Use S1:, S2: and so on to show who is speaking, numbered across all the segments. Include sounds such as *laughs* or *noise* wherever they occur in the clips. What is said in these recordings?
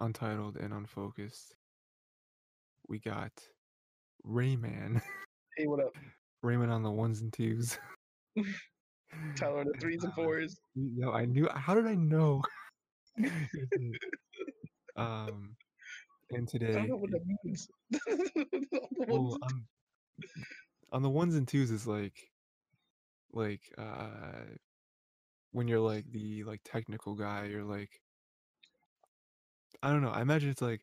S1: Untitled and Unfocused. We got Rayman. *laughs*
S2: Hey, what up?
S1: Rayman on the ones and twos. *laughs*
S2: Tyler, the threes and
S1: Uh,
S2: fours.
S1: No, I knew. How did I know? *laughs* um, and
S2: *laughs* I
S1: today,
S2: don't know what that means. *laughs* The
S1: well,
S2: *laughs* ones-
S1: on, on the ones and twos is like, like uh, when you're like the like technical guy, you're like, I don't know. I imagine it's like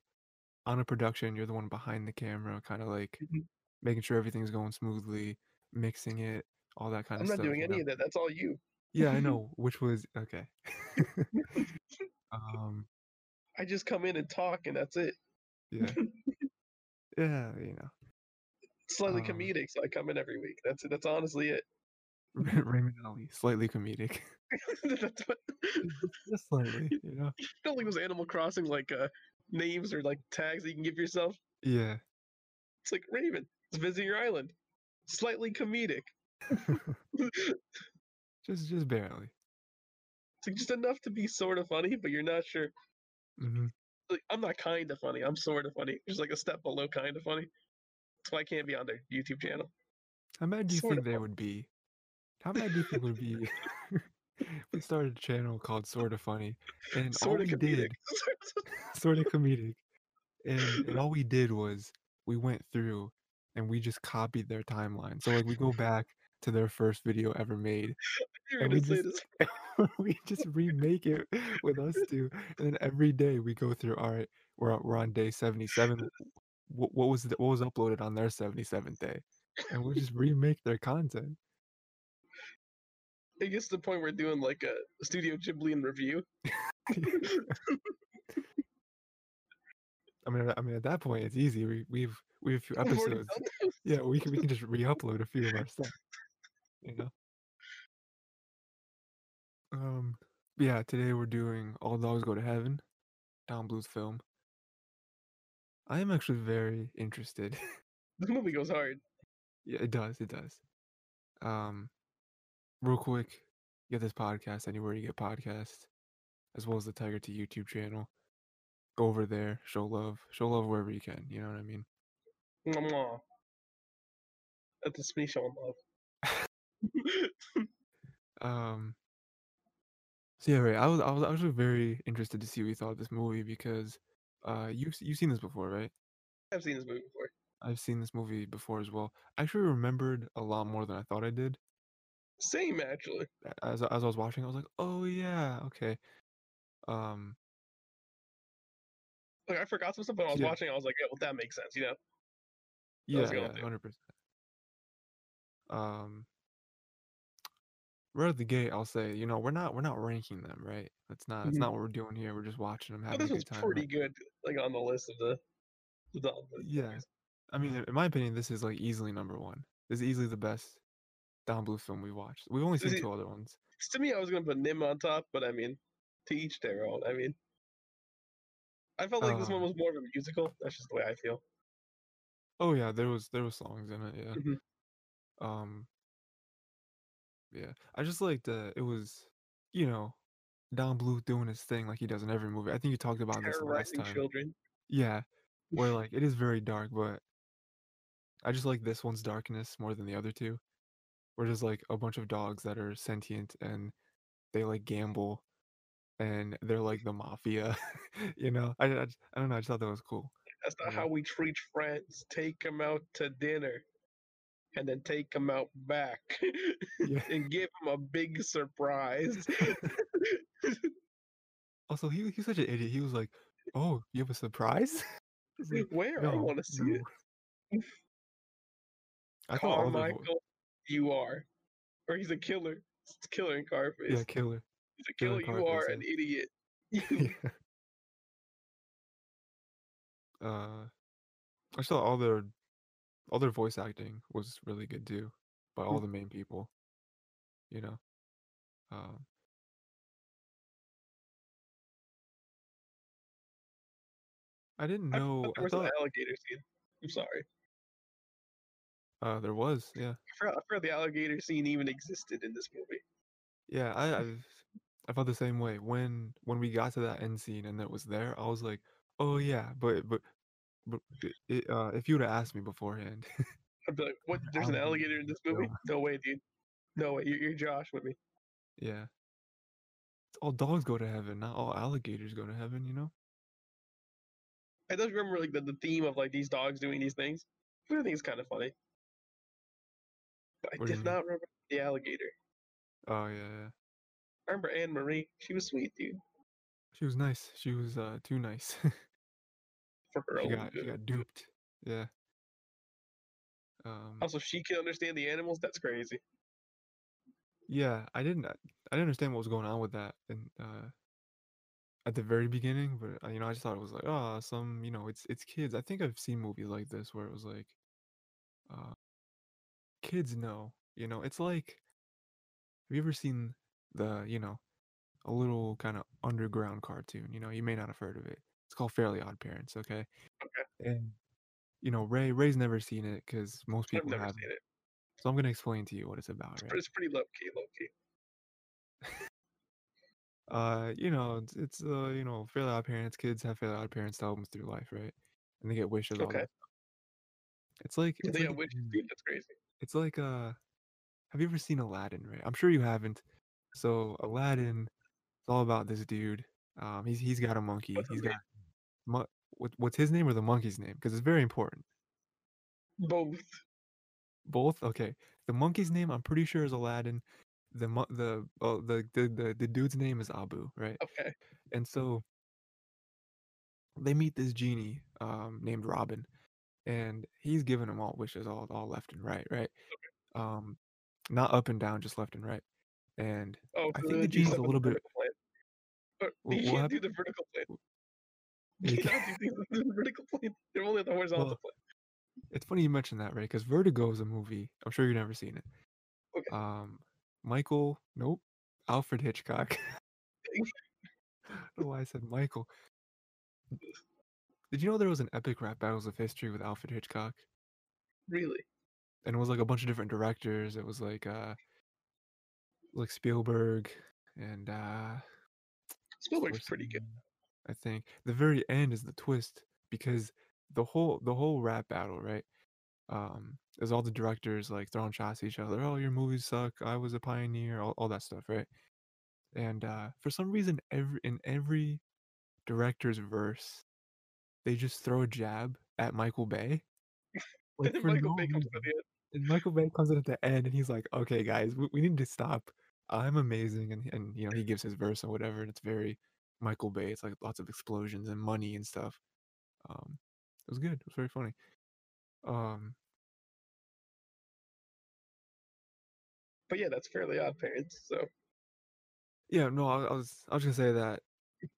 S1: on a production, you're the one behind the camera, kind of like
S2: Mhm.
S1: making sure everything's going smoothly, mixing it, all that kind
S2: I'm
S1: of
S2: not
S1: stuff.
S2: doing
S1: you know?
S2: any of that. That's all you.
S1: Yeah,
S2: *laughs*
S1: I know. Which was okay. *laughs* um,
S2: I just come in and talk, and that's it. *laughs*
S1: yeah, yeah, you know, *laughs*
S2: Slightly
S1: Um,
S2: comedic, so I come in every week. That's it. That's honestly it. *laughs*
S1: Ra- Raymond Ali, slightly comedic, *laughs*
S2: that's what, *laughs*
S1: just slightly, you know.
S2: don't think it was Animal Crossing like uh, names or like tags that you can give yourself.
S1: Yeah,
S2: It's like Raven. It's visiting your island.
S1: *laughs*
S2: Slightly comedic. *laughs* it's
S1: just just barely.
S2: like just enough to be sort of funny, but you're not sure.
S1: hmm
S2: Like, I'm not kind of funny. I'm sort of funny. Just like a step below kind of funny. That's why I can't be on their YouTube channel.
S1: How mad do you
S2: Sort
S1: think
S2: of
S1: they would be? How mad do you think would be? *laughs* we started a channel called Sort of Funny, and all
S2: Sort of
S1: we
S2: comedic.
S1: *laughs*
S2: *laughs*
S1: did, sort of comedic, and, and all we did was we went through and we just copied their timeline. So like we go back to their first video ever made,
S2: You're
S1: and
S2: gonna
S1: we
S2: say
S1: just-
S2: this.
S1: *laughs* we just remake it with
S2: *laughs*
S1: us two, and then every day we go through. All right, we're on- we're on day seventy
S2: *laughs*
S1: seven. What, what was the, what was uploaded on their seventy seventh day, and we'll
S2: *laughs*
S1: just remake their content.
S2: It gets to the point where doing like a Studio Ghibli in review. *laughs*
S1: I mean, I mean, at that point, it's easy. We, we've we have a few
S2: I've already
S1: episodes.
S2: done that.
S1: *laughs* Yeah, we can we
S2: *laughs*
S1: can just re-upload a few of our stuff. You know. Um. Yeah. Today we're doing All Dogs Go to Heaven, Don Bluth's film. I am actually very interested.
S2: The movie goes hard.
S1: yeah, it does. It does. Um, real quick, get this podcast anywhere you get podcasts, as well as the Tiger T YouTube channel. Go over there, show love, show love wherever you can. You know what I mean.
S2: Mwah. That's a speech I love. *laughs*
S1: Um. So yeah, right. I was I was actually very interested to see what you thought of this movie because, uh, you've s- you've seen this before, right?
S2: I've seen this movie before.
S1: I've seen this movie before as well. I actually remembered a lot more than I thought I did.
S2: Same actually.
S1: A- As I- as I was watching, I was like, oh yeah, okay. Um.
S2: Like I forgot some stuff, but I was
S1: Yeah.
S2: watching. I was like, yeah, well, that makes sense, you know.
S1: Yeah.
S2: was going
S1: Yeah.
S2: through.
S1: Hundred percent. Um. Right at the gate, I'll say, you know, we're not we're not ranking them, right? That's not that's
S2: Mhm.
S1: not what we're doing here. We're just watching them,
S2: But
S1: having
S2: this
S1: a
S2: one's
S1: good time. right?
S2: pretty good, like on the list of the. the, Don- the
S1: Yeah.
S2: movies.
S1: I mean, in my opinion, this is like easily number one. This is easily the best Don Blue film we watched. We've only
S2: This
S1: seen
S2: is-
S1: two other ones.
S2: To me, I was gonna put Nim on top, but I mean, to each their own. I mean, I felt like this one
S1: Um,
S2: was more of a musical. That's just the way I feel.
S1: Oh yeah, there was there was songs in it. Yeah.
S2: Mhm.
S1: Um. Yeah, I just liked that it was, you know, Don Blue doing his thing like he does in every movie. I think you talked about this last
S2: Terrorizing
S1: time.
S2: children.
S1: Yeah, where like it is very dark, but I just like this one's darkness more than the other two. Where there's like a bunch of dogs that are sentient and they like gamble and they're like the mafia, *laughs* you know. I, I, just- I don't know. I just thought that was cool.
S2: That's not
S1: Yeah.
S2: how we treat friends. Take them out to dinner, and then take them out back, *laughs*
S1: Yeah.
S2: and give them a big
S1: *laughs*
S2: surprise. *laughs*
S1: Also, he he's such an idiot. He was like, "Oh, you have a surprise." *laughs* I was like,
S2: Where I
S1: no,
S2: want to see it.
S1: no." I
S2: Oh
S1: thought all their vo-
S2: Carmichael, you are. Or he's a killer. It's killer in Carface.
S1: yeah, killer.
S2: he's a
S1: killer
S2: killer.
S1: in
S2: you are
S1: Carface,
S2: an idiot. *laughs*
S1: Yeah.
S2: *laughs*
S1: *laughs* Uh, I saw all their all their voice acting was really good too, by all
S2: Mhm.
S1: the main people. You know, um, I didn't
S2: I forgot
S1: know.
S2: there
S1: I
S2: was an *laughs*
S1: thought
S2: alligator scene. I'm sorry.
S1: uh, there was. Yeah,
S2: I forgot, I forgot the alligator scene even existed in this movie.
S1: yeah. I I've, I felt the same way when when we got to that end scene and it was there. I was like, Oh yeah, but but but i- it, uh, if you would have asked me beforehand,
S2: I'd be like, what? There's an
S1: Alligator.
S2: alligator in this movie? No way, dude. No way. You're, you're Josh with me.
S1: yeah, it's all dogs go to heaven, not all alligators go to heaven. You know?
S2: I just remember like the, the theme of like these dogs doing these things. I think it's kind of funny. But I
S1: What do you
S2: did
S1: mean?
S2: not remember the alligator.
S1: Oh yeah, yeah.
S2: I remember Anne Marie. She was sweet, dude.
S1: She was nice. She was uh too nice. *laughs*
S2: For her
S1: she
S2: own
S1: got she
S2: good.
S1: got duped. Yeah. Um.
S2: Also, she can understand the animals. That's crazy.
S1: Yeah, I didn't. I didn't understand what was going on with that, and uh, at the very beginning, but uh, you know, I just thought it was like, ah, some, you know, it's it's kids. I think I've seen movies like this where it was like, uh, kids know, you know, it's like, have you ever seen the, you know, a little kind of underground cartoon? You know, you may not have heard of it. It's called Fairly Odd Parents, okay? And you know, Ray Ray's never seen it because most
S2: I've
S1: people
S2: never
S1: haven't.
S2: seen it.
S1: So I'm gonna explain to you what it's about, right?
S2: But it's pretty low key, low key.
S1: uh, you know, it's, it's uh, you know, fairly odd parents. Kids have fairly odd parents to help them through life, right? And they get wishes. All
S2: Okay.
S1: that. It's like
S2: If
S1: it's
S2: they
S1: like, mm.
S2: got wishes,
S1: a-
S2: dude, that's crazy.
S1: it's like uh, have you ever seen Aladdin? Right? I'm sure you haven't. So Aladdin, it's all about this dude. Um, he's he's got a monkey.
S2: What's his
S1: He's got mon- what, what's his name or the monkey's name? Because it's very important.
S2: name? Both.
S1: Both. Okay. The monkey's name, I'm pretty sure, is Aladdin. The mon- the oh, the, the the the dude's name is Abu, right?
S2: Okay.
S1: And so they meet this genie um, named Robin, and he's giving them all wishes, all all left and right, right? Um, not up and down, just left and right. And
S2: Oh,
S1: I think
S2: so they
S1: the
S2: do
S1: genie's a
S2: stuff with
S1: little
S2: the
S1: bit-
S2: vertical Plan. But
S1: Wha-
S2: you
S1: what
S2: can't do
S1: happened?
S2: the vertical plan.
S1: you
S2: *laughs* You
S1: ca-
S2: cannot do things *laughs* with the vertical plane. They're only on the horizontal
S1: Well,
S2: plane.
S1: it's funny you mentioned that, right? Because Vertigo is a movie. I'm sure you've never seen it.
S2: Okay.
S1: Um, Michael, nope, Alfred Hitchcock. *laughs* I don't know why I said Michael. Did you know there was an epic rap battles of history with Alfred Hitchcock?
S2: Really?
S1: and it was like a bunch of different directors. It was like uh like Spielberg and uh
S2: Spielberg's pretty good. *laughs*
S1: Schwarzenegger, I think the very end is the twist because the whole the whole rap battle, right? Um is all the directors like throwing shots at each other, oh your movies suck, I was a pioneer, all, all that stuff, right? And uh for some reason every in every director's verse, they just throw a jab at Michael
S2: *laughs*
S1: Bay.
S2: And then
S1: for
S2: Michael
S1: no
S2: Bay comes
S1: reason.
S2: by the end.
S1: And Michael Bay comes in at the end and he's like, okay, guys, we, we need to stop. I'm amazing. And, and, you know, he gives his verse and whatever. And it's very Michael Bay. It's like lots of explosions and money and stuff. Um, it was good. It was very funny. Um,
S2: But yeah, that's fairly odd parents. So
S1: yeah, no, I, I was, I was going to say that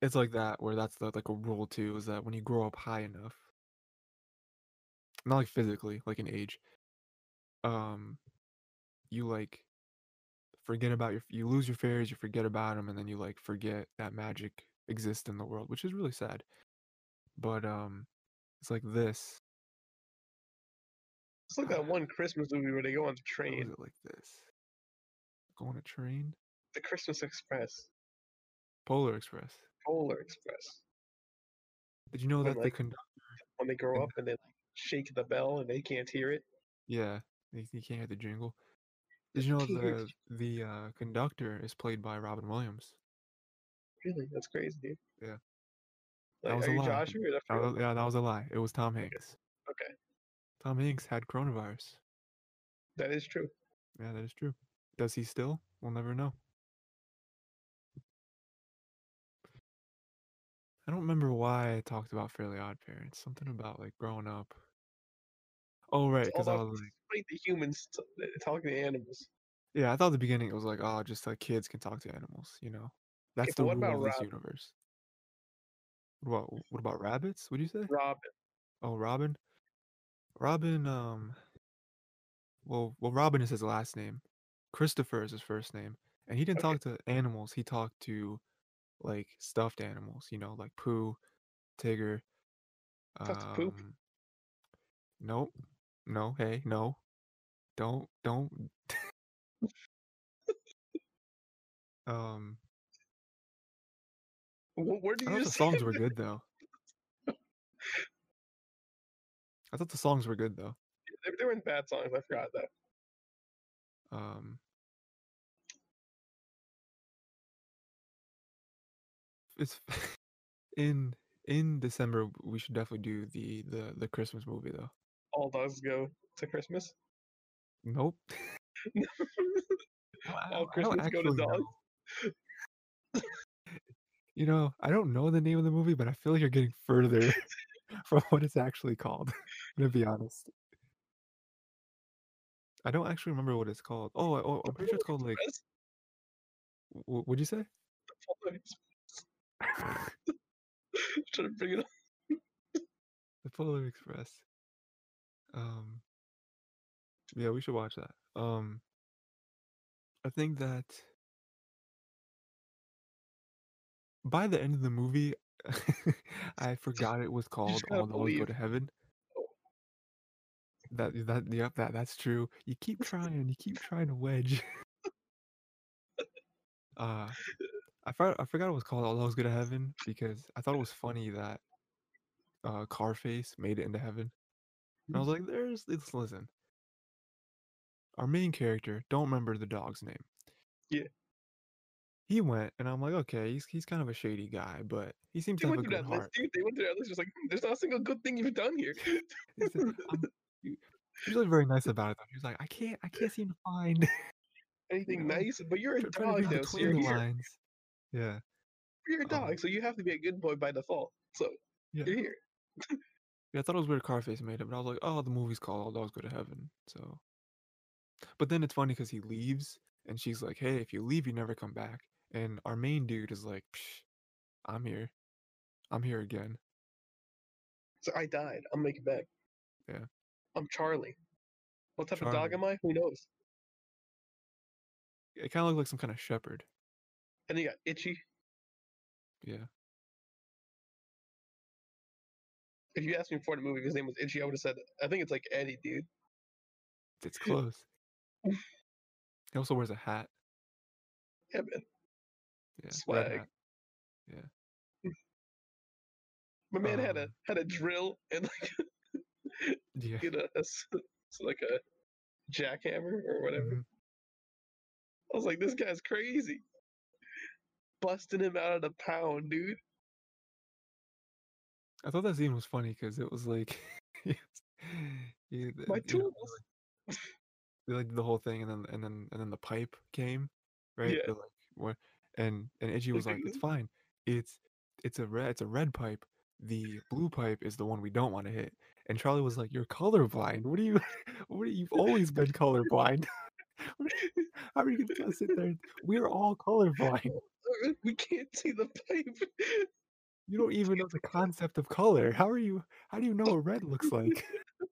S1: it's like that, where that's the, like a rule too, is that when you grow up high enough, not like physically, like in age, um, you like forget about your you lose your fairies you forget about them and then you like forget that magic exists in the world which is really sad but um it's like this
S2: it's like that one Christmas movie where they go on the
S1: or was
S2: train,
S1: it like this go on a train
S2: the Christmas Express,
S1: polar express
S2: Polar Express.
S1: did you know
S2: Or
S1: that they
S2: like-
S1: can
S2: When they grow
S1: And-
S2: up and they like shake the bell and they can't hear it.
S1: yeah you, you can't hear the jingle did you know
S2: can't hear the
S1: the the uh conductor is played by robin williams
S2: Really, that's crazy, dude.
S1: Yeah. That
S2: Like,
S1: was
S2: are
S1: a
S2: you
S1: lie.
S2: Joshua? Or that's
S1: That
S2: real?
S1: was- yeah that was a lie it was tom hanks
S2: Okay,
S1: tom hanks had coronavirus
S2: that is true.
S1: yeah that is true does he still we'll never know I don't remember why I talked about Fairly Odd Parents. Something about like growing up. Oh right,
S2: It's all
S1: because I
S2: about
S1: was like,
S2: like, the humans t- talking to animals.
S1: yeah, I thought at the beginning it was like, oh, just like kids can talk to animals, you know. That's
S2: but
S1: the
S2: what
S1: rule
S2: about
S1: of this
S2: Rob-
S1: universe. What about what about rabbits? Would you say?
S2: Robin,
S1: Oh, Robin. Robin. Um. Well, well, Robin is his last name. Christopher is his first name, and he didn't
S2: Okay.
S1: talk to animals. He talked to like stuffed animals, you know, like Pooh, Tigger.
S2: Talk to poop?
S1: Um, nope. No. Hey. No. Don't. Don't. *laughs* um.
S2: Wh- where
S1: I
S2: do
S1: don't know
S2: *laughs* you
S1: if the
S2: just say *laughs*
S1: songs were good though. I thought the songs were good though.
S2: They, they weren't bad songs. I forgot that.
S1: Um, it's *laughs* in in December. We should definitely do the the the Christmas movie though.
S2: All dogs go to Christmas.
S1: Nope. *laughs* I don't- I
S2: All
S1: don't
S2: Oh, Christmas go to
S1: actually
S2: dogs.
S1: know. you know, I don't know the name of the movie, but I feel like you're getting
S2: *laughs*
S1: further *laughs* from what it's actually called. *laughs* I'm gonna be honest. I don't actually remember what it's called. Oh, I- oh I'm pretty sure it's called like.
S2: Christmas?
S1: wh- What'd you say? *laughs*
S2: *laughs* Trying to bring it up.
S1: The Polar Express. Um Yeah, we should watch that. Um I think that by the end of the movie *laughs* I forgot it was called
S2: gotta
S1: All Dogs Go
S2: believe. Oh.
S1: to Heaven. That that yep, that that's true. You keep trying, you keep trying to wedge. *laughs* uh I forgot I forgot it was called All Dogs Go to Heaven because I thought it was funny that uh, Carface made it into heaven. And I was
S2: Mm-hmm.
S1: like, there's, it's, listen. Our main character, don't remember the dog's name.
S2: Yeah.
S1: He went, and I'm like, okay, he's, he's kind of a shady guy, but he seems
S2: *laughs* They
S1: to have a
S2: went through
S1: good
S2: that list,
S1: heart.
S2: dude. They went through that list. Just like, "Hmm, there's not a single good thing you've
S1: *laughs*
S2: done here.
S1: He said, "I'm-" he- He was like very nice about it though. He was like, I can't, I can't seem to find
S2: *laughs* Anything
S1: know,
S2: nice, but you're a
S1: try- *laughs* trying to
S2: dog
S1: read
S2: though, so you're
S1: between the
S2: *laughs* here.
S1: lines. Yeah,
S2: You're a
S1: Um,
S2: dog, so you have to be a good boy by default. So
S1: Yeah.
S2: you're here.
S1: yeah. I thought it was weird. Carface made it, but I was like, oh, the movie's called All Dogs Go to Heaven. So, but then it's funny because he leaves, and she's like, "Hey, if you leave, you never come back." And our main dude is like, Psh, "I'm here, I'm here again."
S2: So I died. I'll make it back.
S1: Yeah.
S2: I'm Charlie. What type of dog
S1: Charlie.
S2: am I? Who knows?
S1: It kind of looked like some kind of shepherd.
S2: And then you got Itchy.
S1: Yeah,
S2: If you asked me before the movie if his name was Itchy, I would have said, I think it's like Eddie, dude.
S1: it's close.
S2: *laughs*
S1: he also wears a hat.
S2: Yeah, man.
S1: Yeah, red
S2: Swag.
S1: hat.
S2: My man had a
S1: Um,
S2: had a drill and like
S1: Yeah.
S2: you know, a s- it's like a jackhammer or whatever.
S1: mhm.
S2: I was like, this guy's crazy. Busting him out of the pound, dude.
S1: I thought that scene was funny because it was like, *laughs* yeah, th-
S2: My
S1: you know,
S2: tools.
S1: they like did the whole thing and then and then and then the pipe came right
S2: Yeah.
S1: They're like what and and itchy was
S2: like,
S1: like it's
S2: "Ooh."
S1: fine it's it's a red it's a red pipe the blue pipe is the one we don't want to hit and charlie was like you're colorblind what are you *laughs* what are you've always been colorblind *laughs* What are you- how are you gonna sit there and- we're all colorblind
S2: Uh, *laughs* We can't see the pipe. *laughs*
S1: you don't even know the concept of color how are you how do you know what red looks like *laughs*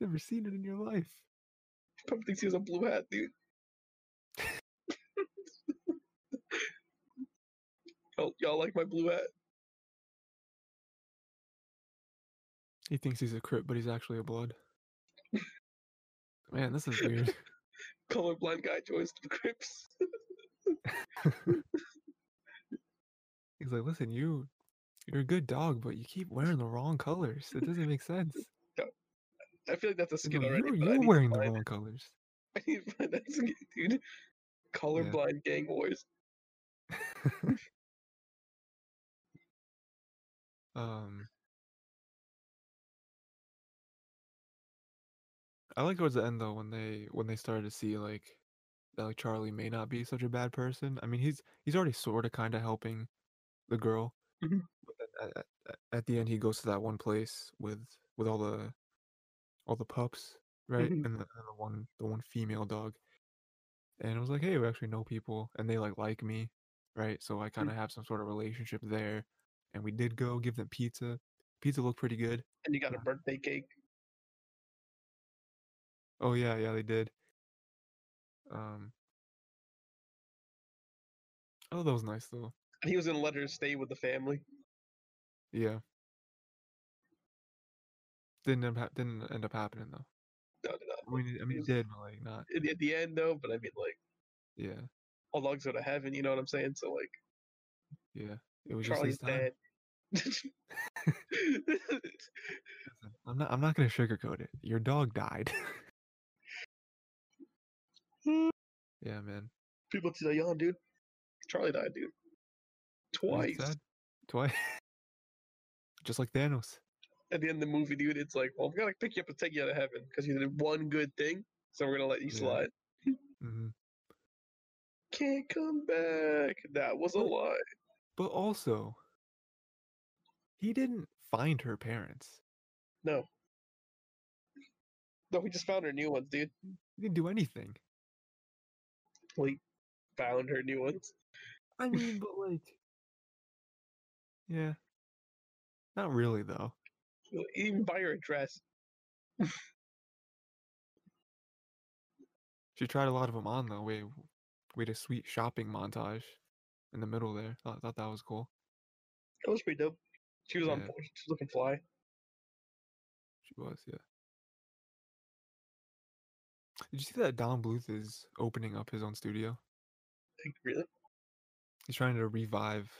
S1: never seen it in your life
S2: Pump thinks he has a blue hat, dude. *laughs* y'all, y'all like my blue hat?
S1: he thinks he's a crip but he's actually a blood man this is weird
S2: Colorblind guy joins the Crips.
S1: He's like, listen, you, you're a good dog, but you keep wearing the wrong colors. It doesn't make sense.
S2: I feel like that's a
S1: He's
S2: skin
S1: like, you're
S2: already. but I
S1: you're
S2: need to
S1: wearing the
S2: find-
S1: wrong colors.
S2: *laughs* I need to find that skin, dude. Colorblind gang wars.
S1: Um, I like towards the end though when they when they started to see like that like Charlie may not be such a bad person. I mean, he's he's already sort of kind of helping the girl,
S2: Mhm.
S1: but then at, at, at the end he goes to that one place with with all the all the pups, right?
S2: Mhm.
S1: And, the, and the one the one female dog, and it was like, hey, we actually know people, and they like like me, right? So I kind of have some sort of relationship there. And we did go give them pizza. Pizza looked pretty good.
S2: And you got a birthday cake.
S1: Oh yeah, yeah, they did. Um, oh, that was nice though.
S2: And he was gonna let her stay with the family.
S1: Yeah. Didn't end up hap- didn't end up happening though.
S2: No, no, no.
S1: I mean, it- I mean, it
S2: was-
S1: did, but like not.
S2: In, at the end, though, but I mean, like,
S1: Yeah,
S2: all dogs go to heaven, you know what I'm saying? So, like,
S1: yeah. It was
S2: Charlie's
S1: just this time.
S2: dead.
S1: I'm not. I'm not gonna sugarcoat it. Your dog died. *laughs* yeah, man.
S2: *laughs* People today, yawn, dude. Charlie died, dude.
S1: Isn't it
S2: Twice.
S1: sad? Twice. *laughs* Just like Thanos.
S2: At the end of the movie, dude, it's like, well, I'm gonna pick you up and take you out of heaven because you did one good thing, so we're gonna let you
S1: Yeah.
S2: slide.
S1: hmm
S2: Can't come back. That was a
S1: But-
S2: lie.
S1: But also, he didn't find her parents.
S2: No. No, we just found her new ones, dude.
S1: He didn't do anything.
S2: We found her new ones.
S1: I mean, but like, yeah, not really though.
S2: Even by her address.
S1: She tried a lot of them on though. We we had a sweet shopping montage in the middle there. Thought thought that was cool.
S2: That was pretty dope. She was on
S1: Yeah.
S2: board. She was looking fly.
S1: She was, yeah. Did you see that Don Bluth is opening up his own studio?
S2: Like, really?
S1: He's trying to revive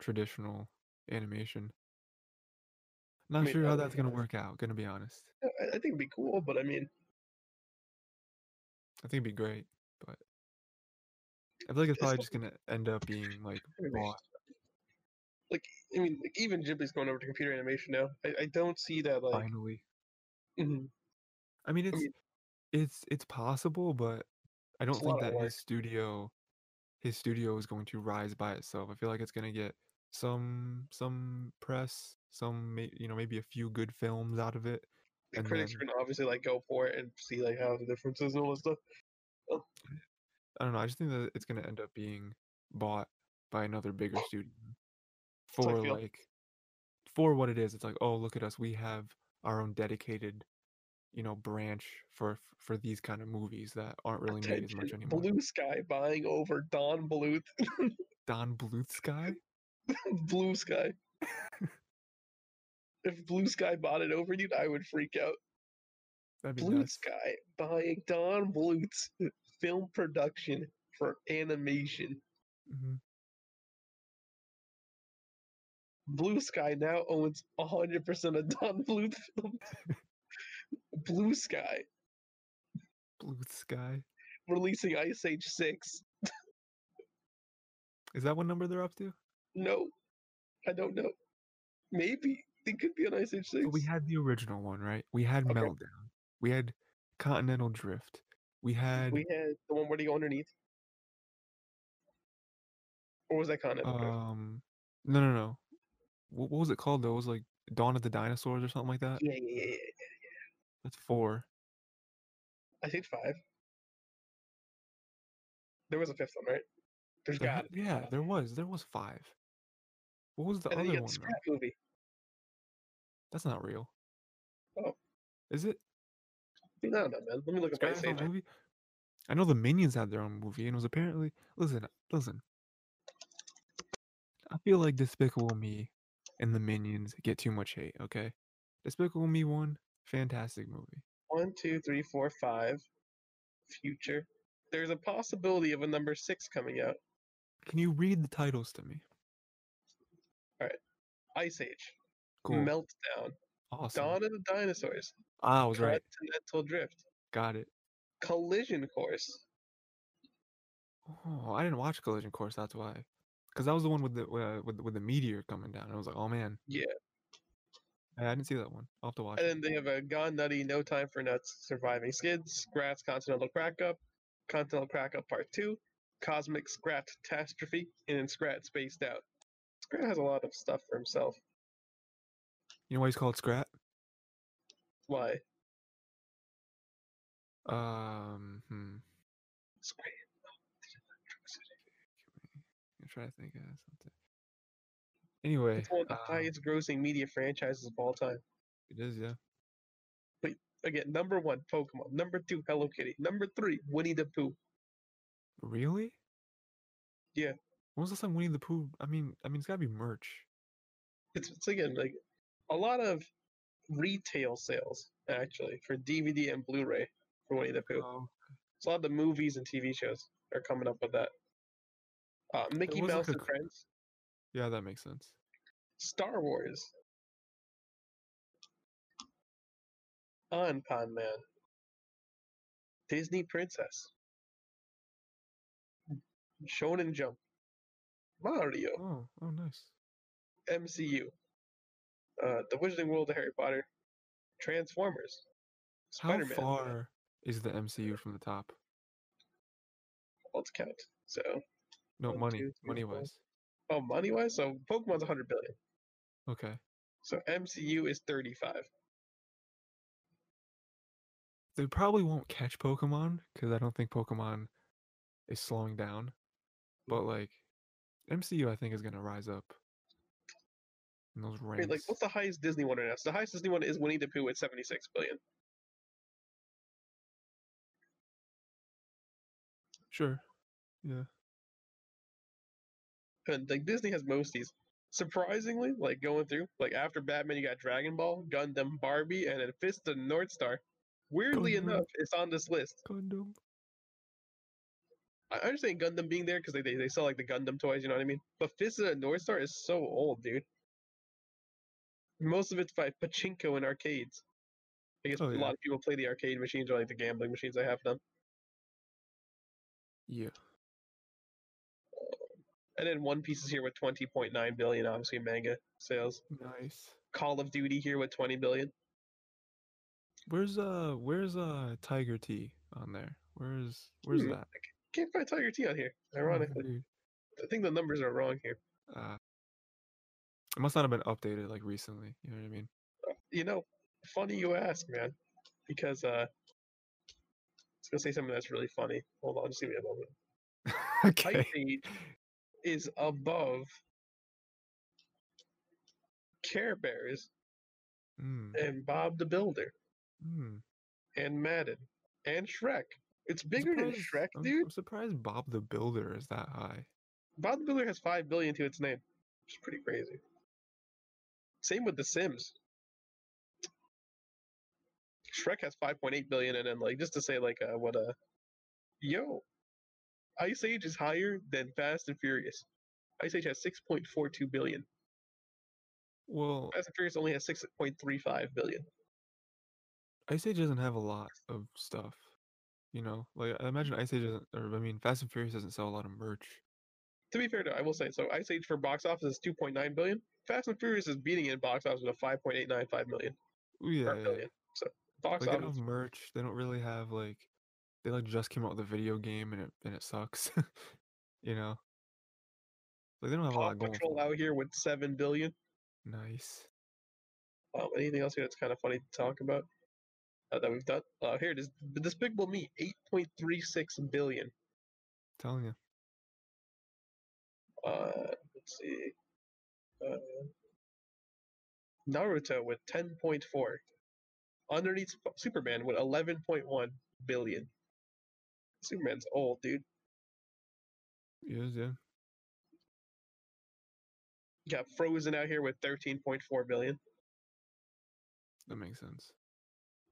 S1: traditional animation. Not
S2: mean,
S1: sure how
S2: that-
S1: that's gonna work out. Gonna be honest,
S2: I, I think it'd be cool, but I mean,
S1: I think it'd be great, but I feel like it's
S2: It's
S1: probably
S2: not-
S1: just gonna end up being like
S2: animation.
S1: bought.
S2: I mean, like, even Ghibli's going over to computer animation now. I, I don't see that like.
S1: finally.
S2: mhm,
S1: I mean, it's
S2: mean-
S1: it's it's possible, but I don't
S2: a
S1: think
S2: lot of
S1: that
S2: work.
S1: his studio his studio is going to rise by itself. I feel like it's going to get some some press, some may, you know maybe a few good films out of it.
S2: The
S1: and
S2: critics
S1: then-
S2: are gonna obviously like go for it and see like how the differences and all that stuff.
S1: I don't know. I just think that it's going to end up being bought by another bigger studio
S2: Oh. how I
S1: for
S2: feel.
S1: like for what it is. It's like, oh, look at us. We have our own dedicated, you know, branch for for these kind of movies that aren't really made as much
S2: Attention,
S1: anymore.
S2: Blue Sky buying over Don Bluth. *laughs*
S1: Don Bluth's guy.
S2: Blue Sky.
S1: *laughs*
S2: if Blue Sky bought it over, dude, I would freak out.
S1: That'd be
S2: Blue
S1: nuts.
S2: Sky buying Don Bluth's *laughs* film production for animation.
S1: Mhm.
S2: Blue Sky now owns 100% of Don Bluth films. *laughs* Blue Sky
S1: Bluth's guy.
S2: releasing Ice Age 6.
S1: Is that what number they're up to?
S2: No, I don't know. Maybe it could be an Ice Age 6.
S1: But we had the original one, right? We had
S2: Okay.
S1: Meltdown. We had Continental Drift. We had
S2: We had the one where they go underneath. Or was that Con Ed? Okay.
S1: um no no no. What, what was it called though? It was like Dawn of the Dinosaurs or something like that.
S2: yeah, yeah, yeah, yeah.
S1: That's four.
S2: I think five. There was a fifth one, right? There's
S1: There
S2: got
S1: had- yeah, there was there was five. What was the
S2: And then you
S1: other
S2: had
S1: one? though?
S2: the scrap movie.
S1: That's not real.
S2: Oh.
S1: Is it?
S2: I don't know, man. Let me look up Ice
S1: Scrap
S2: Age.
S1: Metal movie? I know the Minions had their own movie and it was apparently listen, listen. I feel like Despicable Me and the Minions get too much hate, okay? Despicable Me one, fantastic movie.
S2: One, two, three, four, five. Future. There's a possibility of a number six coming out.
S1: Can you read the titles to me?
S2: Ice Age.
S1: Cool.
S2: Meltdown.
S1: awesome.
S2: Dawn of the Dinosaurs.
S1: ah, I was right.
S2: Continental Drift.
S1: Got it.
S2: Collision Course.
S1: Oh, I didn't watch Collision Course, that's why. Cuz that was the one with the uh, with with the meteor coming down. I was like, "Oh man."
S2: Yeah.
S1: I I didn't see that one. I'll have to watch
S2: And
S1: it.
S2: then they have a Gone Nutty, No Time for Nuts, Surviving Skids, Scratch Continental Crackup, Continental Crackup Part 2, Cosmic Scrat Catastrophe, and then Scrat Spaced Out. Scrat has a lot of stuff for himself.
S1: You know why he's called Scrat?
S2: Why?
S1: Um, hmm.
S2: Scrat.
S1: I'm trying to think of something. Anyway,
S2: It's one of the
S1: uh,
S2: highest grossing media franchises of all time.
S1: it is, yeah.
S2: Again, number one, Pokemon. Number two, Hello Kitty. Number three, Winnie the Pooh.
S1: Really?
S2: Yeah.
S1: When was the last time Winnie the Pooh? I mean, I mean, it's gotta be merch.
S2: It's, it's again like a lot of retail sales, actually, for DVD and Blu ray for Winnie the Pooh.
S1: Oh,
S2: So a lot of the movies and TV shows are coming up with that. Uh, Mickey
S1: was, like,
S2: Mouse
S1: a
S2: and
S1: cr-
S2: Friends,
S1: yeah, that makes sense.
S2: Star Wars, on Pond Man. Disney Princess. Shonen Jump. Mario.
S1: Oh, oh, nice.
S2: MCU. Uh, the Wizarding World of Harry Potter. Transformers. Spider Man.
S1: How far is the MCU from the top?
S2: Let's count. So,
S1: No
S2: One,
S1: money,
S2: two, three,
S1: money
S2: four.
S1: wise.
S2: oh, money wise, so Pokemon's 100 billion.
S1: Okay,
S2: So MCU is 35.
S1: they probably won't catch Pokemon because I don't think Pokemon is slowing down.
S2: Mm-hmm.
S1: But like, MCU I think is gonna rise up in those
S2: I
S1: ranks.
S2: mean, like, what's the highest Disney one right now? So the highest Disney one is Winnie the Pooh at 76 billion.
S1: Sure. Yeah.
S2: And like Disney has most of these. Surprisingly, like going through, like after Batman, you got Dragon Ball, Gundam, Barbie, and then Fist of the North Star. Weirdly
S1: Gundam.
S2: enough, it's on this list.
S1: Gundam.
S2: I I understand Gundam being there because they, they they sell like the Gundam toys, you know what I mean? But Fist of the North Star is so old, dude. Most of it's by pachinko and arcades. I guess
S1: Oh,
S2: a
S1: yeah.
S2: lot of people play the arcade machines or like the gambling machines. I have them.
S1: Yeah.
S2: And then One Piece is here with 20.9 billion, obviously manga sales.
S1: Nice.
S2: Call of Duty here with 20 billion.
S1: Where's uh where's uh Tiger T on there? Where's where's
S2: Hmm,
S1: that?
S2: Can't find Tiger T on here.
S1: Oh,
S2: Ironically,
S1: dude.
S2: I think the numbers are wrong here.
S1: Uh, it must not have been updated like recently. You know what I mean? *laughs*
S2: You know, funny you ask, man, because uh, I was gonna say something that's really funny. Hold on, just give me a moment.
S1: okay.
S2: Titan is above Care Bears
S1: Mm,
S2: and Bob the Builder
S1: mm.
S2: and Madden and Shrek. It's bigger than
S1: surprised-
S2: Shrek,
S1: I'm,
S2: dude.
S1: I'm surprised Bob the Builder is that high.
S2: Bob the Builder has five billion to its name, which is pretty crazy. Same with The Sims. Shrek has 5.8 billion, and then like just to say like uh, what uh, yo, Ice Age is higher than Fast and Furious. Ice Age has 6.42 billion.
S1: Well,
S2: Fast and Furious only has 6.35 billion.
S1: Ice Age doesn't have a lot of stuff. You know, like I imagine Ice Age doesn't, or I mean, Fast and Furious doesn't sell a lot of merch.
S2: To be fair, though, I will say so. Ice Age for box office is 2.9 billion. Fast and Furious is beating it in box office with a 5.895 million.
S1: Ooh, Yeah,
S2: or
S1: yeah, yeah.
S2: billion. So box
S1: Like they don't
S2: office.
S1: have merch. They don't really have like, they like just came out with a video game and it and it sucks. *laughs* you know, like they don't have a
S2: Paw
S1: lot going.
S2: Patrol
S1: For
S2: out here with 7 billion.
S1: them. Nice.
S2: Um, anything else here that's kind of funny to talk about uh, that we've done? Uh, here it is. The Despicable Me, 8.36 billion.
S1: telling you.
S2: Uh, let's see. Uh, Naruto with 10.4. Underneath Sp- Superman with 11.1 billion. Superman's old, dude.
S1: Yes, yeah.
S2: You got Frozen out here with 13.4 billion.
S1: That makes sense.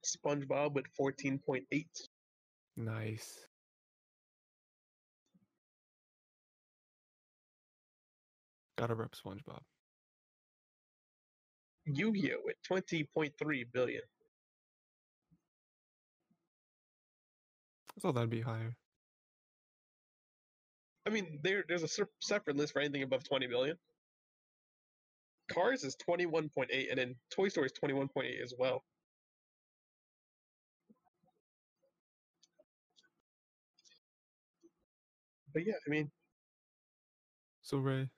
S2: SpongeBob with 14.8.
S1: Nice. Gotta rep SpongeBob.
S2: Yu-Gi-Oh with 20.3 billion.
S1: I thought that'd be higher.
S2: I mean, there there's a ser- separate list for anything above 20 billion. Cars is 21.8, and then Toy Story is 21.8 as well. But yeah, I mean,
S1: So Ray,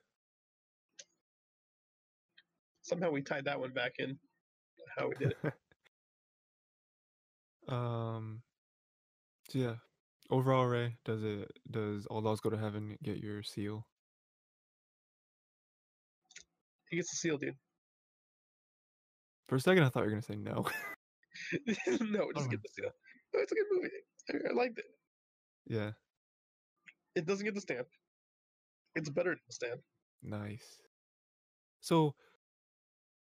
S2: somehow we tied that one back in. How we did it.
S1: *laughs* um, so yeah. Overall, Ray, does it does all dogs go to heaven? Get your seal.
S2: He gets the seal, dude. *laughs*
S1: For a second, I thought you were gonna say no. *laughs*
S2: no, just
S1: Alright.
S2: get the seal. No, it's a good movie. I- I liked it.
S1: yeah,
S2: It doesn't get the stamp. It's better than the stamp.
S1: nice. So,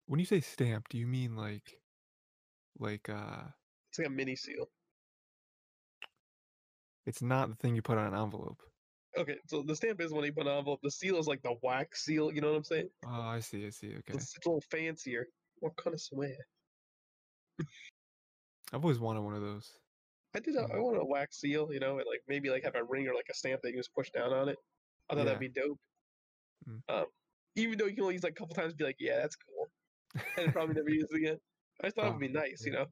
S1: when you say stamp, do you mean like, like uh,
S2: It's like a mini seal.
S1: it's not the thing you put on an envelope?
S2: Okay, so the stamp is when you put an envelope. The seal is like the wax seal. You know what I'm saying?
S1: Oh, I see. I see. Okay.
S2: It's a little fancier, more connoisseur.
S1: I've always wanted one of those.
S2: I did. A, I
S1: Mm-hmm.
S2: want a wax seal, you know, and like maybe like have a ring or like a stamp that you just push down on it. I thought that'd
S1: Yeah.
S2: be dope.
S1: Mm.
S2: Um, even though you can only use it a couple times, be like, yeah, that's cool, and probably never use it again. I just thought it would be
S1: Probably,
S2: nice, you
S1: Oh, yeah.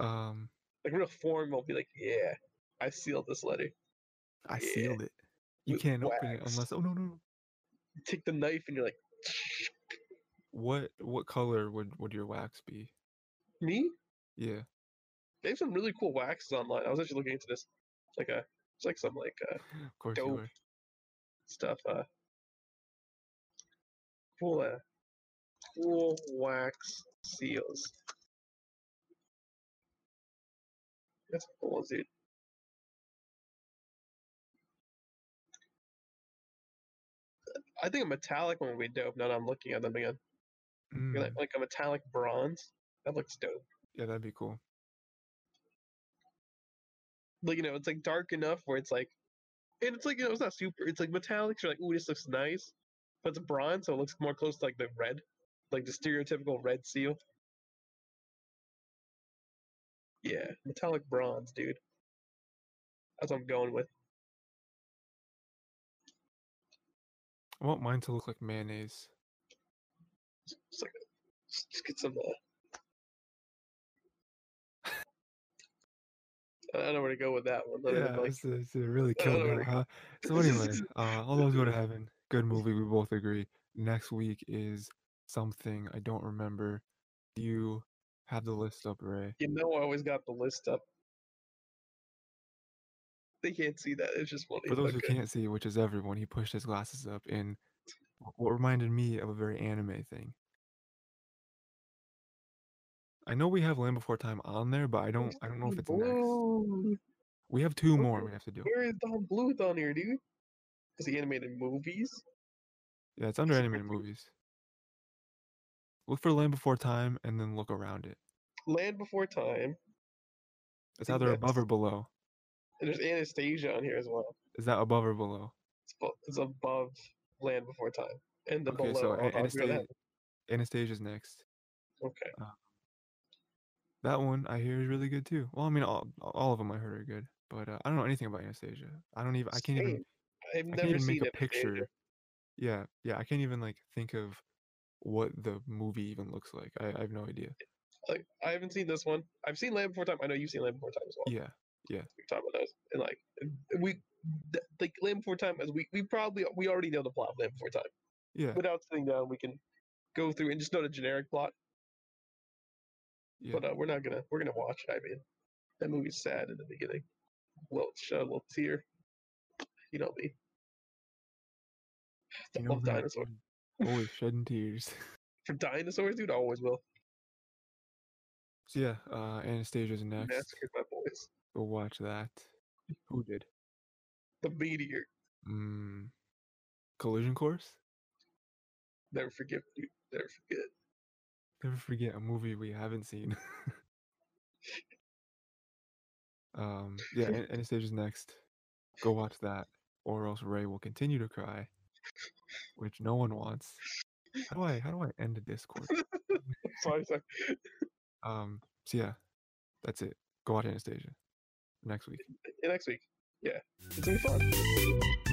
S2: know,
S1: Um,
S2: like real formal. Be like, yeah, I sealed this letter.
S1: I
S2: Yeah.
S1: sealed it. You
S2: With
S1: can't open it
S2: wax.
S1: unless. Oh no no. no.
S2: Take the knife and you're like,
S1: What what color would would your wax be?
S2: me?
S1: Yeah.
S2: They have some really cool waxes online. I was actually looking into this. It's like a, it's like some like uh,
S1: Of course you
S2: Dope.
S1: would.
S2: stuff. Uh, cool, uh, cool wax seals. That's cool, ones, dude. I think a metallic one would be dope. Now that I'm looking at them again, You're like,
S1: Mm,
S2: like a metallic bronze. That looks dope.
S1: Yeah, that'd be cool.
S2: Like you know, it's like dark enough where it's like, and it's like you know, it's not super. It's like metallic. so You're like, ooh, this looks nice, but it's bronze, so it looks more close to like the red, like the stereotypical red seal. Yeah, metallic bronze, dude. That's what I'm going with.
S1: I want mine to look like mayonnaise.
S2: Just, like, just get some. Uh... *laughs* I don't know where to go with that one. other than,
S1: Yeah,
S2: like,
S1: it's, a, it's a really
S2: I
S1: killer,
S2: don't know.
S1: huh? So anyway, uh, all those go to heaven. Good movie. We both agree. Next week is something I don't remember. Do you have the list up, Ray?
S2: You know, I always got the list up. They can't see that. It's just one.
S1: For those who can't see, which is everyone, he pushed his glasses up in wh- what reminded me of a very anime thing. I know we have Land Before Time on there, but I don't. I don't know if it's next. We have two more we have to do.
S2: Where is Don Bluth on here, dude? Is he animated movies?
S1: Yeah, it's under
S2: It's
S1: animated movies. Look for Land Before Time and then look around it.
S2: Land Before Time.
S1: It's
S2: think
S1: either above
S2: that's-
S1: or below.
S2: And there's Anastasia on here as well.
S1: Is that above or below?
S2: It's, bo- it's above Land Before Time. And the
S1: Okay,
S2: below.
S1: so
S2: I'll-
S1: An-
S2: I'll agree with
S1: Anastasia, Anastasia's next.
S2: that. Okay.
S1: That one I hear is really good too. Well, I mean, all, all of them I heard are good, but uh, I don't know anything about Anastasia. I don't even. I can't even.
S2: Same. I've
S1: I
S2: never
S1: can't even
S2: seen
S1: make a
S2: Anastasia.
S1: picture. Yeah, yeah. I can't even like think of what the movie even looks like. I, I have no idea.
S2: Like, I haven't seen this one. I've seen Land Before Time. I know you've seen Land Before Time as well.
S1: Yeah,
S2: we talk about those and like and we th- like land before time as we we probably we already know the plot of land before time
S1: yeah,
S2: without sitting down we can go through and just know the generic plot
S1: yeah.
S2: but uh, we're not gonna we're gonna watch it i mean that movie's sad in the beginning uh, little shed a little tear you know me
S1: You
S2: I
S1: know
S2: love
S1: that
S2: dinosaurs
S1: one? Always shedding tears. *laughs*
S2: for dinosaurs dude I always will
S1: So yeah, uh, Anastasia's next.
S2: massacred my boys
S1: Go watch that. Who did?
S2: the meteor
S1: Mm, collision course.
S2: never forgive you never forget
S1: Never forget a movie we haven't seen. *laughs* um, yeah, An- Anastasia's next. Go watch that, or else Ray will continue to cry, which no one wants. How do I? How do I end a Discord?
S2: sorry sorry
S1: Um, so yeah, that's it. Go watch Anastasia next week.
S2: next week yeah it's gonna be fun